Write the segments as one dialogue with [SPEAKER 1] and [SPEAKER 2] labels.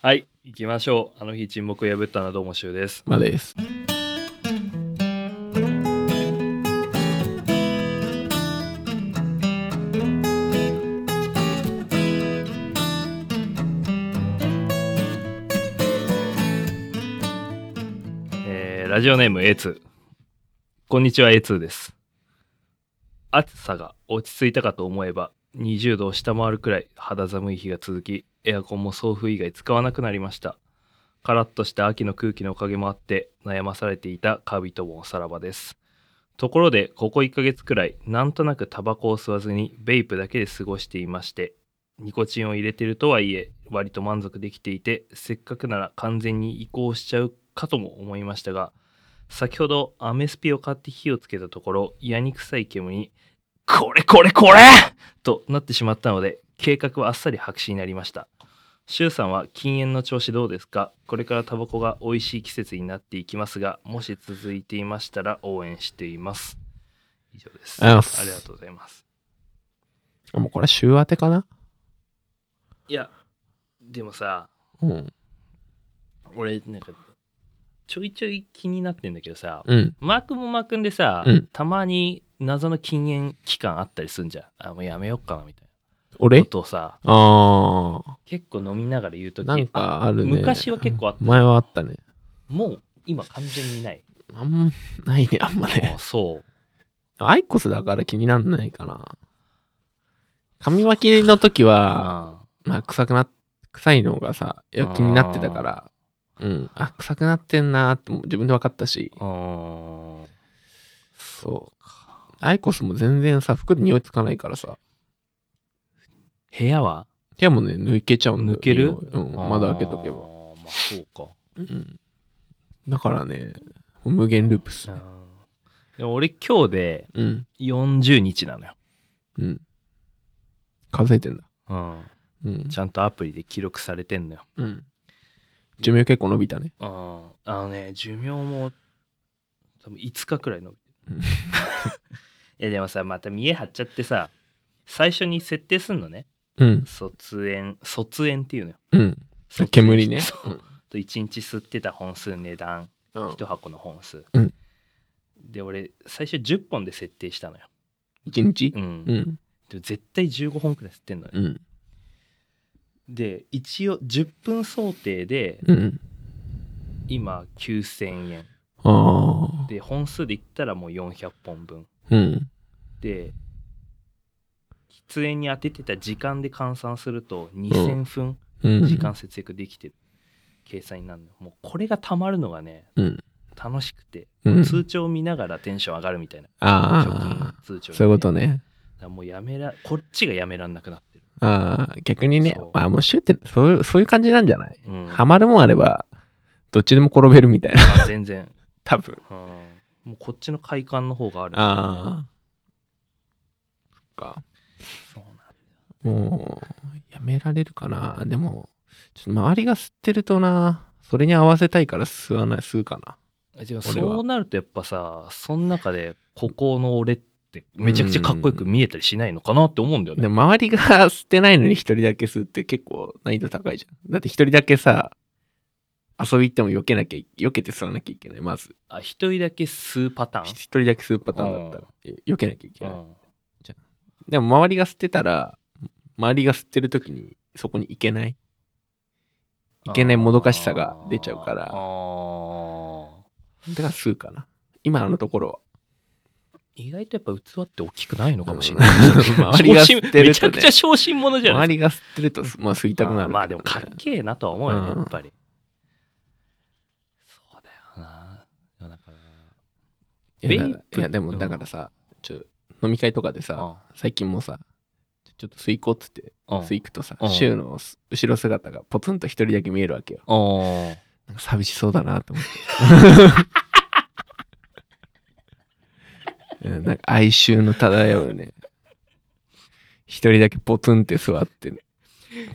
[SPEAKER 1] はい、行きましょう。あの日沈黙を破ったのはどうもしゅうです。
[SPEAKER 2] まあです。
[SPEAKER 1] えー、ラジオネーム A2。こんにちは A2 です。暑さが落ち着いたかと思えば、20度を下回るくらい肌寒い日が続き、エアコンも送風以外使わなくなりました。カラッとした秋の空気のおかげもあって、悩まされていたカービィともおさらばです。ところで、ここ1ヶ月くらい、なんとなくタバコを吸わずに、ベイプだけで過ごしていまして、ニコチンを入れてるとはいえ割と満足できていてせっかくなら完全に移行しちゃうかとも思いましたが先ほどアメスピを買って火をつけたところヤニ臭い煙に「これこれこれ!」となってしまったので計画はあっさり白紙になりました。シュウさんは禁煙の調子どうですかこれからタバコが美味しい季節になっていきますがもし続いていましたら応援しています。以上です。
[SPEAKER 2] ありがとうございます
[SPEAKER 1] ありがとうございます。
[SPEAKER 2] もうこれは週当てかない
[SPEAKER 1] やでもさ
[SPEAKER 2] うん。
[SPEAKER 1] 俺なんかちょいちょい気になってんだけどさ、
[SPEAKER 2] うん。
[SPEAKER 1] マー君もマー君でさ、
[SPEAKER 2] うん
[SPEAKER 1] たまに謎の禁煙期間あったりすんじゃんあもうやめよっかなみたいな
[SPEAKER 2] 俺
[SPEAKER 1] ことをさ
[SPEAKER 2] ああ。
[SPEAKER 1] 結構飲みながら言う時
[SPEAKER 2] なんかあるね。
[SPEAKER 1] 昔は結構あった
[SPEAKER 2] 前はあったね。
[SPEAKER 1] もう今完全にない
[SPEAKER 2] あんま、ないね、あんまね
[SPEAKER 1] あ。そう
[SPEAKER 2] アイコスだから気になんないかな。髪巻きの時は、
[SPEAKER 1] あ
[SPEAKER 2] まあ臭くな、臭いのがさ、よく気になってたから、うん。あ、臭くなってんなーっても自分で分かったし、
[SPEAKER 1] あー
[SPEAKER 2] そう。アイコスも全然さ、服で匂いつかないからさ、
[SPEAKER 1] 部屋は
[SPEAKER 2] 部屋もね、抜けちゃうんだよ
[SPEAKER 1] 抜ける
[SPEAKER 2] 匂いうん。窓開けとけ
[SPEAKER 1] あー
[SPEAKER 2] ば。
[SPEAKER 1] まあそうか
[SPEAKER 2] うん。だからね、無限ループっす
[SPEAKER 1] あ
[SPEAKER 2] ね。
[SPEAKER 1] ーでも俺今日で
[SPEAKER 2] うん。
[SPEAKER 1] 40日なのよ、
[SPEAKER 2] うん。数えてんだ。
[SPEAKER 1] うん、
[SPEAKER 2] うん。
[SPEAKER 1] ちゃんとアプリで記録されてんのよ
[SPEAKER 2] うん。寿命結構伸びたね。
[SPEAKER 1] ああのね寿命も多分5日く らい伸びて
[SPEAKER 2] うん
[SPEAKER 1] るいやでもさまた見え張っちゃってさ最初に設定すんのね
[SPEAKER 2] うん。
[SPEAKER 1] 卒園卒園っていうのよ
[SPEAKER 2] うん。
[SPEAKER 1] 卒園
[SPEAKER 2] 煙ね。
[SPEAKER 1] そうと1日吸ってた本数値段
[SPEAKER 2] うん。
[SPEAKER 1] 1箱の本数、
[SPEAKER 2] うん
[SPEAKER 1] で俺最初10本で設定したのよ、
[SPEAKER 2] 一日
[SPEAKER 1] うん
[SPEAKER 2] うん。
[SPEAKER 1] でも絶対15本くらい吸ってんのよ、
[SPEAKER 2] うん。
[SPEAKER 1] で一応10分想定で
[SPEAKER 2] うん。
[SPEAKER 1] 今9000円
[SPEAKER 2] ああ。
[SPEAKER 1] で本数で言ったらもう400本分
[SPEAKER 2] うん。
[SPEAKER 1] で喫煙に当ててた時間で換算すると2000分
[SPEAKER 2] うん。
[SPEAKER 1] 時間。節約できてる計算になるのよ、もうこれがたまるのがね
[SPEAKER 2] うん。
[SPEAKER 1] 楽しくて、
[SPEAKER 2] うん。
[SPEAKER 1] 通帳見ながらテンション上がるみたいな
[SPEAKER 2] あ
[SPEAKER 1] 貯金通
[SPEAKER 2] あ。
[SPEAKER 1] 帳、
[SPEAKER 2] そういうことね。
[SPEAKER 1] だからもうやめらこっちがやめらんなくなってる、
[SPEAKER 2] ああ。逆にね
[SPEAKER 1] そう、
[SPEAKER 2] まあ、もうシュって、そういう、そういう感じなんじゃない
[SPEAKER 1] うん
[SPEAKER 2] ハマるもんあれば、どっちでも転べるみたいな。
[SPEAKER 1] あ全然、
[SPEAKER 2] 多分。
[SPEAKER 1] うんもうこっちの快感の方がある
[SPEAKER 2] ああ。そっか。
[SPEAKER 1] そうなんだ
[SPEAKER 2] もう、やめられるかな。でも、ちょっと周りが吸ってるとな、それに合わせたいから吸わない、吸うかな。
[SPEAKER 1] えでも
[SPEAKER 2] 俺は
[SPEAKER 1] そうなるとやっぱさその中でここの俺ってめちゃくちゃかっこよく見えたりしないのかなって思うんだよね
[SPEAKER 2] でも周りが吸ってないのに一人だけ吸うって結構難易度高いじゃん。だって一人だけさ、遊び行っても避けなきゃい、避けて吸わなきゃいけない、まず。
[SPEAKER 1] あ一人だけ吸うパターン
[SPEAKER 2] 一人だけ吸うパターンだったら、避けなきゃいけ
[SPEAKER 1] う
[SPEAKER 2] ない。
[SPEAKER 1] ん
[SPEAKER 2] でも周りが吸ってたら、周りが吸ってる時にそこに行けない。いけないもどかしさが出ちゃうから
[SPEAKER 1] あー
[SPEAKER 2] だから吸うかな。今のところは。
[SPEAKER 1] 意外とやっぱ器って大きくないのかもしれない。
[SPEAKER 2] 周りが吸ってるとね
[SPEAKER 1] めちゃくちゃ小心者じゃな
[SPEAKER 2] 周
[SPEAKER 1] い
[SPEAKER 2] りが吸ってると、まあ吸いたくなる。
[SPEAKER 1] まあでもかっけえなとは思うよね、
[SPEAKER 2] うん
[SPEAKER 1] やっぱり。そうだよな。でもだから
[SPEAKER 2] いや
[SPEAKER 1] ベイ
[SPEAKER 2] だか
[SPEAKER 1] プ
[SPEAKER 2] らいやでも
[SPEAKER 1] うん
[SPEAKER 2] だからさ、ちょ飲み会とかでさ、最近もさちょっと吸いこうっつって
[SPEAKER 1] うんうん
[SPEAKER 2] 吸いくとさ、
[SPEAKER 1] うん
[SPEAKER 2] シュウのす後ろ姿がポツンと一人だけ見えるわけよ
[SPEAKER 1] うん
[SPEAKER 2] なんか寂しそうだなと思って、 うん、なんか哀愁の漂うね一人だけポツンって座って、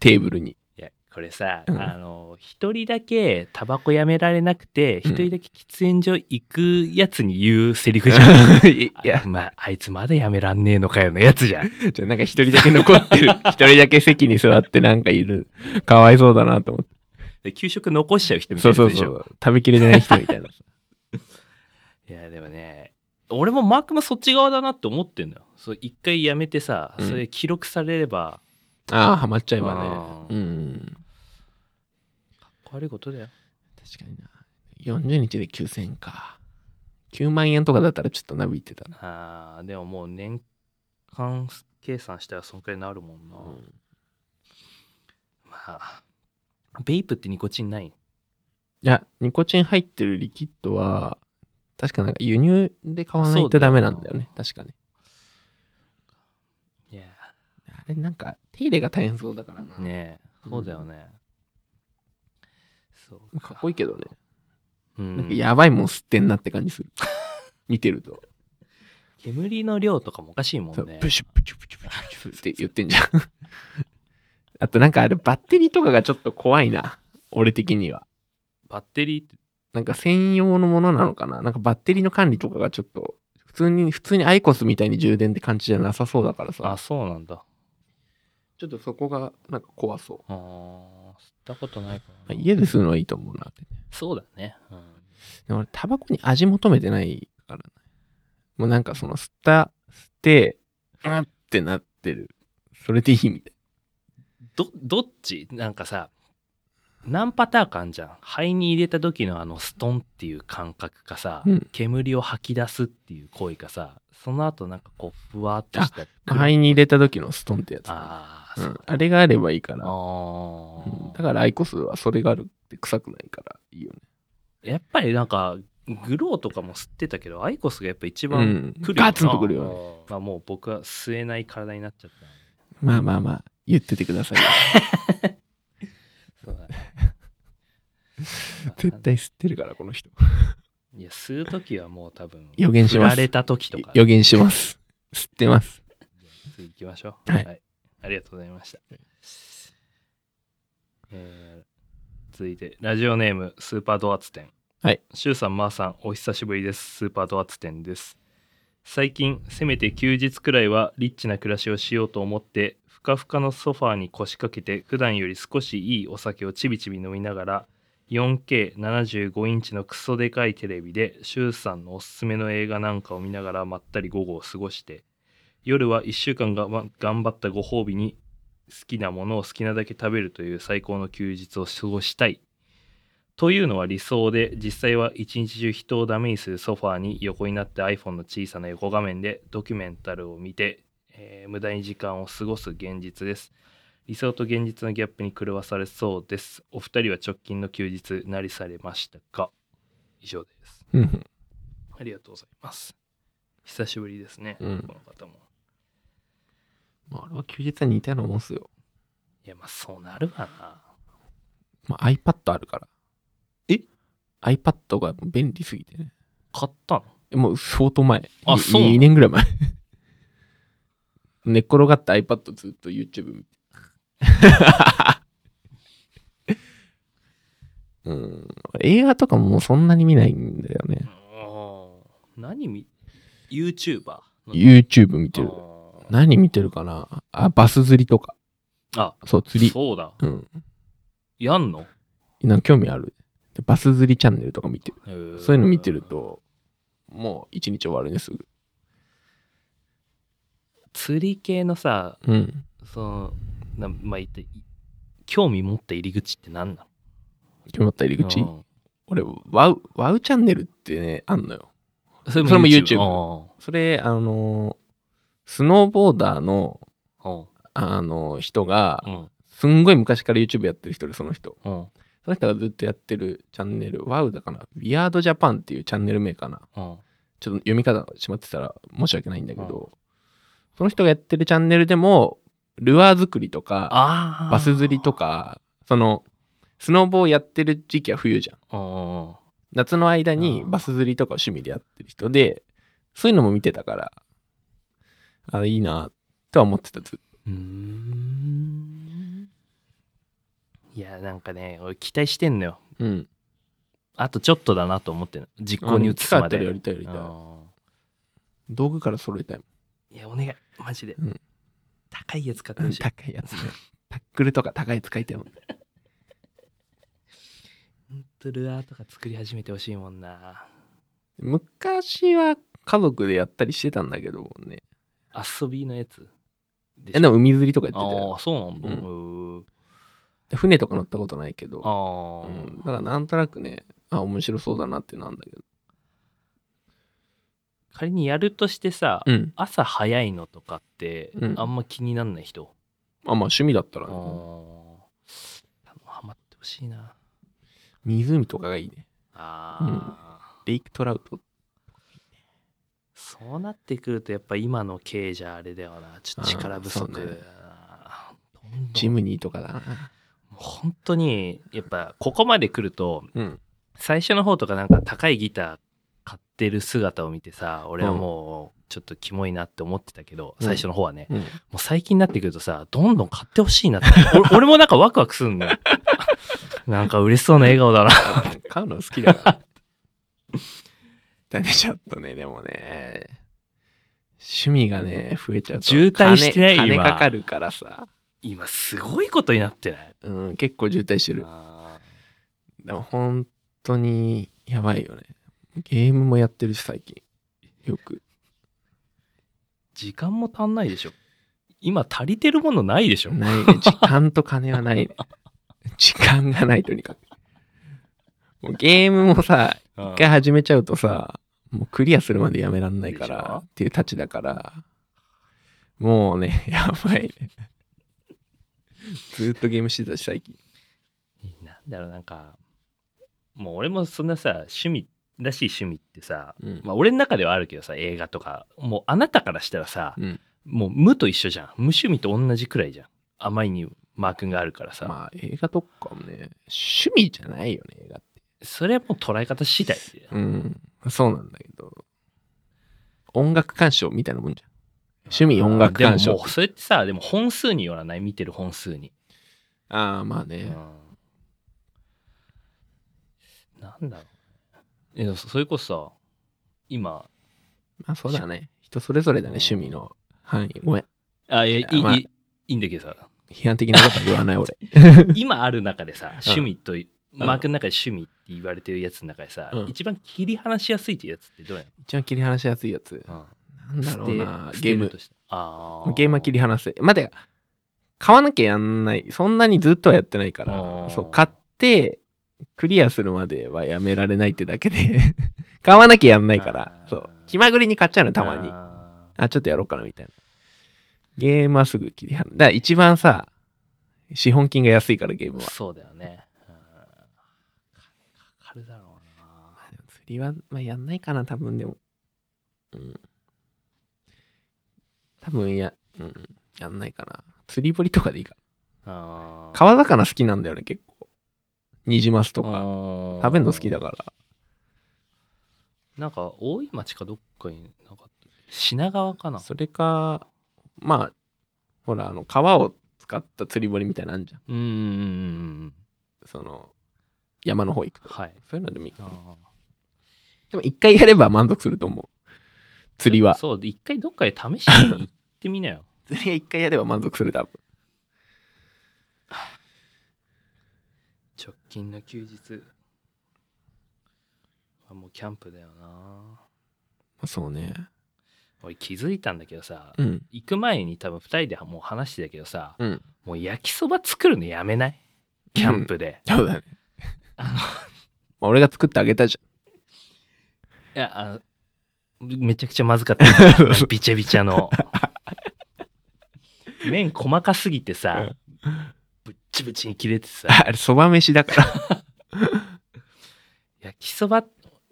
[SPEAKER 2] テーブルに
[SPEAKER 1] いやこれさ、
[SPEAKER 2] うん
[SPEAKER 1] あの一人だけタバコやめられなくて
[SPEAKER 2] うん
[SPEAKER 1] 一人だけ喫煙所行くやつに言うセリフじゃん、
[SPEAKER 2] い
[SPEAKER 1] いや
[SPEAKER 2] や
[SPEAKER 1] まああいつまだやめらんねえのかよのやつじゃん
[SPEAKER 2] じゃあなんか一人だけ残ってる一人だけ席に座ってなんかいるかわいそうだなと思って
[SPEAKER 1] で給食残しちゃう人みた
[SPEAKER 2] そ
[SPEAKER 1] いうなやつで
[SPEAKER 2] そうそ
[SPEAKER 1] しょ
[SPEAKER 2] う。食べきれてない人みたいな。
[SPEAKER 1] いや、でもね、俺もマークもそっち側だなって思ってんだよ。そう一回やめてさ、
[SPEAKER 2] うん
[SPEAKER 1] それ記録されれば、
[SPEAKER 2] ああ、ハマっちゃえば
[SPEAKER 1] あー
[SPEAKER 2] ね。うん。
[SPEAKER 1] 悪いことだよ。
[SPEAKER 2] 確かにな。40日で9000円か。9万円とかだったらちょっとなびいてたな。
[SPEAKER 1] あーでももう年間計算したらそんくらいになるもんな。まあ、ベイプってニコチンない
[SPEAKER 2] いや、ニコチン入ってるリキッドは、確かなんか輸入で買わないとダメなんだよね。確かね。
[SPEAKER 1] いや、
[SPEAKER 2] あれなんか手入れが大変そうだからな。
[SPEAKER 1] ねえ、そうだよね。そう
[SPEAKER 2] かっこいいけどね。
[SPEAKER 1] うん
[SPEAKER 2] なんかやばいもん吸ってんなって感じす る。見てると。
[SPEAKER 1] 煙の量とかもおかしいも
[SPEAKER 2] そうん
[SPEAKER 1] ね。
[SPEAKER 2] プシュプチュプチュプチュプチュって言ってんじゃん。 あとなんかあれバッテリーとかがちょっと怖いな。俺的には。
[SPEAKER 1] バッテリーって、
[SPEAKER 2] なんか専用のものなのかななんかバッテリーの管理とかがちょっと、普通に、普通にアイコスみたいに充電って感じじゃなさそうだから
[SPEAKER 1] あ、
[SPEAKER 2] さ。
[SPEAKER 1] そうなんだ。
[SPEAKER 2] ちょっとそこがなんか怖そう。
[SPEAKER 1] あー吸ったことないか
[SPEAKER 2] まあ
[SPEAKER 1] な。
[SPEAKER 2] 家でするのはいいと思うなって。
[SPEAKER 1] そうだね。うん
[SPEAKER 2] でも俺、タバコに味求めてないからね。もうなんかその吸った、吸って、うんってなってる。それでいいみたい
[SPEAKER 1] どどっちなんかさ何パターンかあんじゃん肺に入れた時のあのストンっていう感覚かさ、
[SPEAKER 2] うん
[SPEAKER 1] 煙を吐き出すっていう行為かさその後なんかこうふわっとした
[SPEAKER 2] な。肺に入れた時のストンってやつ。
[SPEAKER 1] あー
[SPEAKER 2] う
[SPEAKER 1] そ
[SPEAKER 2] ん
[SPEAKER 1] う、
[SPEAKER 2] あれがあればいいか
[SPEAKER 1] だ
[SPEAKER 2] ら。うん
[SPEAKER 1] あー
[SPEAKER 2] だからアイコスはそれがあるって臭くないからいいよね。
[SPEAKER 1] やっぱりなんかグローとかも吸ってたけどアイコスがやっぱ一
[SPEAKER 2] う
[SPEAKER 1] 番
[SPEAKER 2] ん。
[SPEAKER 1] 来るよな
[SPEAKER 2] ガツンとくるよね。
[SPEAKER 1] まあもう僕は吸えない体になっちゃっ
[SPEAKER 2] まあまあまあ、言っててくださいよ。
[SPEAKER 1] たそうだね
[SPEAKER 2] 絶対吸ってるから、この人。
[SPEAKER 1] いや吸う時はもう多分
[SPEAKER 2] 予言します
[SPEAKER 1] 振られた時とか
[SPEAKER 2] 予言します。吸ってます。
[SPEAKER 1] 次行きましょう。
[SPEAKER 2] はい
[SPEAKER 1] ありがとうございました。えー続いて、ラジオネーム、スーパードアツ店。
[SPEAKER 2] はい。
[SPEAKER 1] シュウさん、マーさん、お久しぶりです。スーパードアツ店です。最近、せめて休日くらいはリッチな暮らしをしようと思って、ふかふかのソファーに腰掛けて、普段より少しいいお酒をちびちび飲みながら、4K75 インチのクソでかいテレビで、シュウさんのおすすめの映画なんかを見ながらまったり午後を過ごして、夜は1週間が、ま、頑張ったご褒美に好きなものを好きなだけ食べるという最高の休日を過ごしたいというのは理想で実際は一日中人をダメにするソファーに横になって iPhone の小さな横画面でドキュメンタルを見て、えー無駄に時間を過ごす現実です理想と現実のギャップに狂わされそうですお二人は直近の休日なりされましたか以上です
[SPEAKER 2] うん。
[SPEAKER 1] ありがとうございます久しぶりですね、
[SPEAKER 2] うん
[SPEAKER 1] この方も
[SPEAKER 2] まあ、俺は休日は似たようなもんっすよ。
[SPEAKER 1] いや、まあそうなるわな。
[SPEAKER 2] まあ、iPad あるから。
[SPEAKER 1] え
[SPEAKER 2] ?iPad が便利すぎてね。
[SPEAKER 1] 買ったの
[SPEAKER 2] えもう相当前。
[SPEAKER 1] あ
[SPEAKER 2] い
[SPEAKER 1] そうなの
[SPEAKER 2] 2年ぐらい前。 寝っ転がって iPad ずっと YouTube 見て。 うん、映画とかももうそんなに見ないんだよね。
[SPEAKER 1] 何み、YouTuber の
[SPEAKER 2] YouTube 見てる。
[SPEAKER 1] あー
[SPEAKER 2] 何見てるかなあ、バス釣りとか。
[SPEAKER 1] あ、
[SPEAKER 2] そう、釣り。
[SPEAKER 1] そうだ。
[SPEAKER 2] うん。
[SPEAKER 1] やんの
[SPEAKER 2] なんか興味ある。でバス釣りチャンネルとか見てる。そういうの見てる。と、もう一日終わるね、すぐ。
[SPEAKER 1] 釣り系のさ、
[SPEAKER 2] うん。
[SPEAKER 1] その、なまあ、言って、い興味持った入り口って何な
[SPEAKER 2] 決まった入り
[SPEAKER 1] の
[SPEAKER 2] 口。
[SPEAKER 1] うん
[SPEAKER 2] 俺、ワウ、ワウチャンネルってね、あんのよ。
[SPEAKER 1] それ
[SPEAKER 2] それも YouTube
[SPEAKER 1] も
[SPEAKER 2] それ、あのー、スノーボーダーの、
[SPEAKER 1] YouTube。
[SPEAKER 2] あのー、人が
[SPEAKER 1] う、ん。
[SPEAKER 2] すんごい昔から YouTube やってる人で、その人。
[SPEAKER 1] うん。うん。
[SPEAKER 2] その人がずっとやってるチャンネル、ワウだかな。ビアードジャパンっていうチャンネル名かな。
[SPEAKER 1] うん。
[SPEAKER 2] ちょっと読み方しまってたら申し訳ないんだけど、その人がやってるチャンネルでも、ルアー作りとか、
[SPEAKER 1] ああ。
[SPEAKER 2] バス釣りと
[SPEAKER 1] か。
[SPEAKER 2] か、その、スノーボーやってる時期は冬じゃん。
[SPEAKER 1] うん。
[SPEAKER 2] 夏の間に
[SPEAKER 1] うん
[SPEAKER 2] バス釣りとかを趣味でやってる人で、そういうのも見てたから、あ、いいな、とは思ってた。ずっと
[SPEAKER 1] うーん。いや、なんかね、俺期待してんのよ。
[SPEAKER 2] うん。
[SPEAKER 1] あとちょっとだなと思ってんの実行に移すまで。
[SPEAKER 2] あの機械あったらやりたいやりたい
[SPEAKER 1] うん
[SPEAKER 2] 道具から揃えたいもん。
[SPEAKER 1] いや、お願い。マジで。
[SPEAKER 2] うん
[SPEAKER 1] 高いやつ買ってほしい。
[SPEAKER 2] 高いやつね。タックルとか高いやつ買いたいもん。
[SPEAKER 1] とルアーとか作り始めてほしいもんな。
[SPEAKER 2] 昔は家族でやったりしてたんだけどね。
[SPEAKER 1] 遊びのやつで
[SPEAKER 2] え、でも海釣りとかやってた
[SPEAKER 1] ああ、
[SPEAKER 2] よ。
[SPEAKER 1] そうなんだ。
[SPEAKER 2] う
[SPEAKER 1] うー
[SPEAKER 2] 船とか乗ったことないけど。
[SPEAKER 1] あ
[SPEAKER 2] う
[SPEAKER 1] あ、
[SPEAKER 2] ん、だからなんとなくね、あ、面白そうだなってなんだけど。
[SPEAKER 1] 仮にやるとしてさ、
[SPEAKER 2] うん。
[SPEAKER 1] 朝早いのとかって、
[SPEAKER 2] うん
[SPEAKER 1] あんま気になんない人。
[SPEAKER 2] あ、まあ趣味だったら
[SPEAKER 1] あ
[SPEAKER 2] ね、
[SPEAKER 1] あ、ハマってほしいな。
[SPEAKER 2] 湖とかがいいね。
[SPEAKER 1] ああ、
[SPEAKER 2] レイクトラウト。
[SPEAKER 1] そうなってくるとやっぱ今の経営じゃあれだよな。ちょっと力不足
[SPEAKER 2] あーそ
[SPEAKER 1] だ
[SPEAKER 2] う
[SPEAKER 1] な
[SPEAKER 2] ね
[SPEAKER 1] どんどん
[SPEAKER 2] ジムニーとかだな。
[SPEAKER 1] 本当にやっぱここまで来ると
[SPEAKER 2] うん。
[SPEAKER 1] 最初の方とかなんか高いギター買ってる姿を見てさ俺はもうちょっとキモいなって思ってたけど、
[SPEAKER 2] うん
[SPEAKER 1] 最初の方はね、
[SPEAKER 2] うん、
[SPEAKER 1] もう最近になってくるとさどんどん買ってほしいなって 俺俺もなんかワクワクするんだよ なんか嬉しそうな笑顔だな
[SPEAKER 2] 買うの好きだから。 だね、ちょっとね、でもね、趣味がね、増えちゃうと。
[SPEAKER 1] 渋滞してない
[SPEAKER 2] 金金
[SPEAKER 1] 今
[SPEAKER 2] かかるからさ。
[SPEAKER 1] 今すごいことになってない
[SPEAKER 2] うん、結構渋滞してる。
[SPEAKER 1] あ
[SPEAKER 2] でも本当にやばいよね。ゲームもやってるし、最近。よく。
[SPEAKER 1] ー時間も足んないでしょ今足りてるものないでしょ
[SPEAKER 2] ないね。時間と金はないね。時間がない、とにかく。もうゲームもさ、
[SPEAKER 1] うん
[SPEAKER 2] 一回始めちゃうとさ、もうクリアするまでやめらんないか
[SPEAKER 1] でしょ
[SPEAKER 2] らっていうたちだから、もうね、 やばいね。 ずーっとゲームしてたし、最近。
[SPEAKER 1] なんだろうなんかもう俺もそんなさ趣味らしい趣味ってさ、
[SPEAKER 2] うん
[SPEAKER 1] まあ俺の中ではあるけどさ映画とかもうあなたからしたらさ、
[SPEAKER 2] うん
[SPEAKER 1] もう無と一緒じゃん無趣味と同じくらいじゃんあまりにマー君があるからさ、
[SPEAKER 2] まあ、映画とかもね、趣味じゃないよね、映画って。
[SPEAKER 1] それはもう捉え方次第だよ
[SPEAKER 2] うん。そうなんだけど、音楽鑑賞みたいなもんじゃん。趣味音楽鑑
[SPEAKER 1] で
[SPEAKER 2] 賞
[SPEAKER 1] もも。うそれってさでも本数によらない見てる本数に、
[SPEAKER 2] ああ、まあ
[SPEAKER 1] う
[SPEAKER 2] ね。
[SPEAKER 1] ん、なんだろういやそそれこそさ今
[SPEAKER 2] まあそうだね。人それぞれだね、
[SPEAKER 1] うん
[SPEAKER 2] 趣味の範囲。ごめん。
[SPEAKER 1] あいやいい,、
[SPEAKER 2] まあ
[SPEAKER 1] いいいいんだけどさ
[SPEAKER 2] 批判的なことは言 わない俺。
[SPEAKER 1] 今ある中でさ趣味と、マークの中で趣味って言われてるやつの中でさ、
[SPEAKER 2] うん
[SPEAKER 1] 一番切り離しやすいってやつってどうや
[SPEAKER 2] 一番切り離しやすいやつ。
[SPEAKER 1] の、
[SPEAKER 2] なんだろうな。
[SPEAKER 1] 捨て
[SPEAKER 2] ゲー
[SPEAKER 1] 捨てる
[SPEAKER 2] ム
[SPEAKER 1] と。してあー
[SPEAKER 2] ゲームは切り離せ。まだ、買わなきゃやんない。そんなにずっとはやってないか
[SPEAKER 1] あ
[SPEAKER 2] ら。
[SPEAKER 1] ー
[SPEAKER 2] そう、買って、クリアするまではやめられないってだけで、 買わなきゃやんないから
[SPEAKER 1] あ。ー
[SPEAKER 2] そう。気まぐれに買っちゃうの、たまに。
[SPEAKER 1] あ
[SPEAKER 2] あ、ちょっとやろうかな、みたいな。ゲームはすぐ切り離だから一番さ、資本金が安いから、ゲーム
[SPEAKER 1] ー
[SPEAKER 2] は。
[SPEAKER 1] そうだよね、うんかかるだろうな
[SPEAKER 2] でも釣りは、まあ、やんないかな、多分でも。うん。多分や、うん、やんないかな。釣り堀とかでいいか。
[SPEAKER 1] あー
[SPEAKER 2] 川魚好きなんだよね、結構。ニジマスとか。
[SPEAKER 1] うん
[SPEAKER 2] 食べるの好きだから。
[SPEAKER 1] なんか大井町かどっかになかった品川かな
[SPEAKER 2] それか、まあ、ほら、あの、川を使った釣り堀みたいなのあんじゃん。
[SPEAKER 1] うんうんうんうん
[SPEAKER 2] その、山の方行くと。
[SPEAKER 1] はい
[SPEAKER 2] そういうのでもいいか
[SPEAKER 1] あ
[SPEAKER 2] な。
[SPEAKER 1] ー
[SPEAKER 2] でも一回やれば満足すると思う。釣りは。
[SPEAKER 1] そう一回どっかで試しに行ってみなよ
[SPEAKER 2] 釣りは一回やれば満足する、多分。
[SPEAKER 1] 直近の休日あもうキャンプだよな
[SPEAKER 2] そうね。
[SPEAKER 1] 俺気づいたんだけどさ、
[SPEAKER 2] うん。
[SPEAKER 1] 行く前に多分2人でもう話してたけどさ
[SPEAKER 2] うん。
[SPEAKER 1] もう焼きそば作るのやめないキャンプで、
[SPEAKER 2] そうだね。
[SPEAKER 1] あの
[SPEAKER 2] まあ俺が作ってあげたじゃん。
[SPEAKER 1] いやあのめちゃくちゃまずか っ たビチャビチャ の麺細かすぎてさぶっちぶちに切れてさ
[SPEAKER 2] ああれ、そば飯だから。
[SPEAKER 1] 焼きそば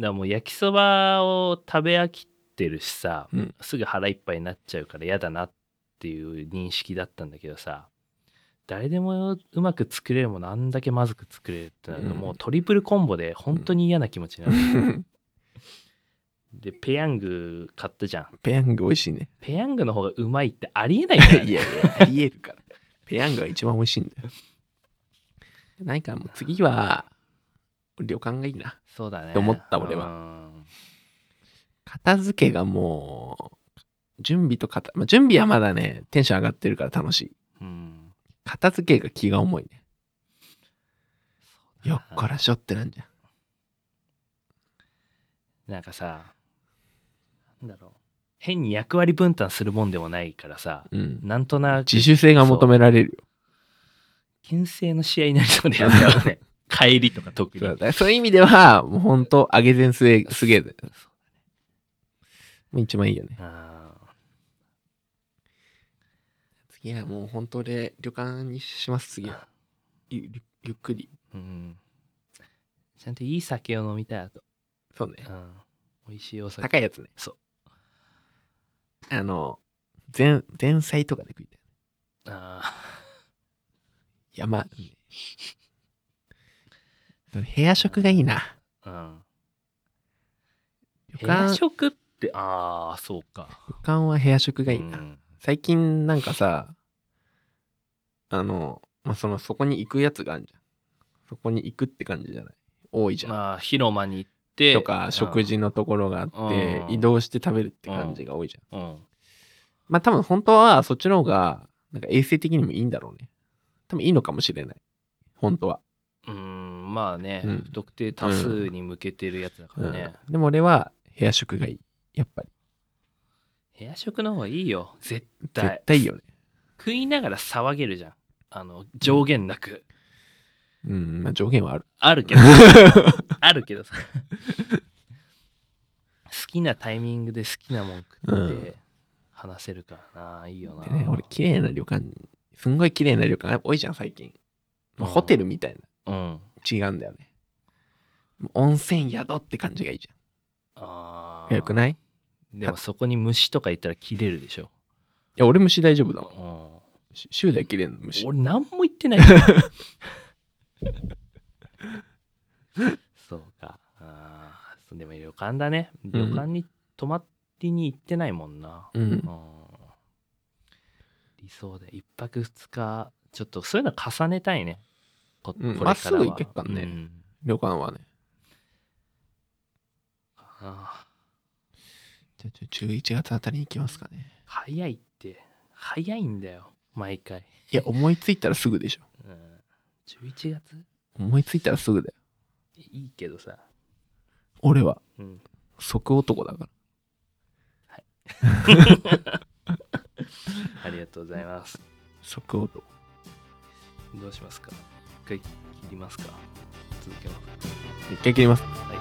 [SPEAKER 1] だもう焼きそばを食べ飽きてるしさ、
[SPEAKER 2] うん
[SPEAKER 1] すぐ腹いっぱいになっちゃうから嫌だなっていう認識だったんだけどさ誰でもうまく作れるものあんだけまずく作れるってなると、
[SPEAKER 2] うん
[SPEAKER 1] もうトリプルコンボで本当に嫌な気持ちになる、でペヤング買ったじゃん
[SPEAKER 2] ペヤング美味しいね。
[SPEAKER 1] ペヤングの方がうまいってありえないから、ね、
[SPEAKER 2] いやいや、ありえるから。ペヤングが一番美味しいんだよ。ないから、もう次は、旅館がいいな。
[SPEAKER 1] そうだね
[SPEAKER 2] と思った俺は
[SPEAKER 1] は
[SPEAKER 2] 片付けがもう、準備と片、まあ、準備はまだね、テンション上がってるから楽しい。
[SPEAKER 1] うん、うん
[SPEAKER 2] 片付けが気が重いね。
[SPEAKER 1] そうだ
[SPEAKER 2] よ
[SPEAKER 1] な
[SPEAKER 2] っこらしょってなんじゃん。
[SPEAKER 1] なんかさ、なんだろう。変に役割分担するもんでもないからさ、
[SPEAKER 2] うん。
[SPEAKER 1] なんとなく、
[SPEAKER 2] 自主性が求められるよ。
[SPEAKER 1] 牽制の試合になりそうだよねあのね。 帰りとか特に。
[SPEAKER 2] そうだからそういう意味では、もう本当上げ前すげえ、すげえだよ。もう一番いいよね。
[SPEAKER 1] あー
[SPEAKER 2] 次はもう本当で旅館にします、次は。ゆゆゆっくり。
[SPEAKER 1] うん。ちゃんといい酒を飲みたいあと。
[SPEAKER 2] そうね
[SPEAKER 1] う。ん。美味しいお酒。
[SPEAKER 2] 高いやつね。
[SPEAKER 1] そう。
[SPEAKER 2] あの、前、前菜とかで食いたい。
[SPEAKER 1] あ
[SPEAKER 2] 山。 部屋食がいいな。
[SPEAKER 1] あ。うん。
[SPEAKER 2] 旅
[SPEAKER 1] 部屋
[SPEAKER 2] 館、旅
[SPEAKER 1] 食って、ああ、そうか。
[SPEAKER 2] 館は部屋食がいいうな。
[SPEAKER 1] ん
[SPEAKER 2] 最近なんかさ、あの、まあ、その、そこに行くやつがあるじゃん。そこに行くって感じじゃない。多いじゃん。
[SPEAKER 1] まあ、広間に行って。
[SPEAKER 2] とか、食事のところがあって、
[SPEAKER 1] うん
[SPEAKER 2] 移動して食べるって感じが多いじゃん。
[SPEAKER 1] うん。うん。
[SPEAKER 2] まあ多分本当はそっちの方が、なんか衛生的にもいいんだろうね。多分いいのかもしれない。本当は。
[SPEAKER 1] うん、まあね、
[SPEAKER 2] うん
[SPEAKER 1] 不特定多数に向けてるやつだか
[SPEAKER 2] う
[SPEAKER 1] ら
[SPEAKER 2] ん
[SPEAKER 1] ね。
[SPEAKER 2] でも俺は部屋食がいい。やっぱり。
[SPEAKER 1] 部屋食の方がいいよ、絶対。
[SPEAKER 2] 絶対いいよね。
[SPEAKER 1] 食いながら騒げるじゃん。あの、上限なく。
[SPEAKER 2] うん、まあ上限はある。
[SPEAKER 1] あるけ ど、あるけどさ。好きなタイミングで好きなもん食っ
[SPEAKER 2] う
[SPEAKER 1] て話せるからな、いいよな。
[SPEAKER 2] でね、俺綺麗な旅館、すんごい綺麗な旅館多いじゃん、最近。まあホテルみたいな。
[SPEAKER 1] うん。
[SPEAKER 2] 違うんだよね。もう温泉宿って感じがいいじ
[SPEAKER 1] あ
[SPEAKER 2] ゃ
[SPEAKER 1] あ。
[SPEAKER 2] ん。よくないい
[SPEAKER 1] でもそこに虫とかいたら切れるでしょ。
[SPEAKER 2] や、俺虫大丈夫だもん。
[SPEAKER 1] うん
[SPEAKER 2] しシュウだよ、綺麗な虫。
[SPEAKER 1] 俺何も言っ てないからそうかあーでも旅館だね旅館に泊まりに行ってないもんな、
[SPEAKER 2] うん
[SPEAKER 1] う。ん理想で1泊2日ちょっとそういうの重ねたいねこ
[SPEAKER 2] うん
[SPEAKER 1] これからは
[SPEAKER 2] まっすぐ行けっからね
[SPEAKER 1] うん
[SPEAKER 2] 旅館はね。
[SPEAKER 1] あー
[SPEAKER 2] じゃあ、ちょ11月あたりに行きますかね。
[SPEAKER 1] 早いって早いんだよ毎回、
[SPEAKER 2] いや、思いついたらすぐでしょ。
[SPEAKER 1] うん、11月
[SPEAKER 2] 思いついたらすぐだよ。
[SPEAKER 1] いいけどさ、
[SPEAKER 2] 俺は、
[SPEAKER 1] うん、
[SPEAKER 2] 即男だから。
[SPEAKER 1] ありがとうございます
[SPEAKER 2] 即男。
[SPEAKER 1] どうしますか一回切りますか続けます
[SPEAKER 2] 一回切ります。
[SPEAKER 1] はい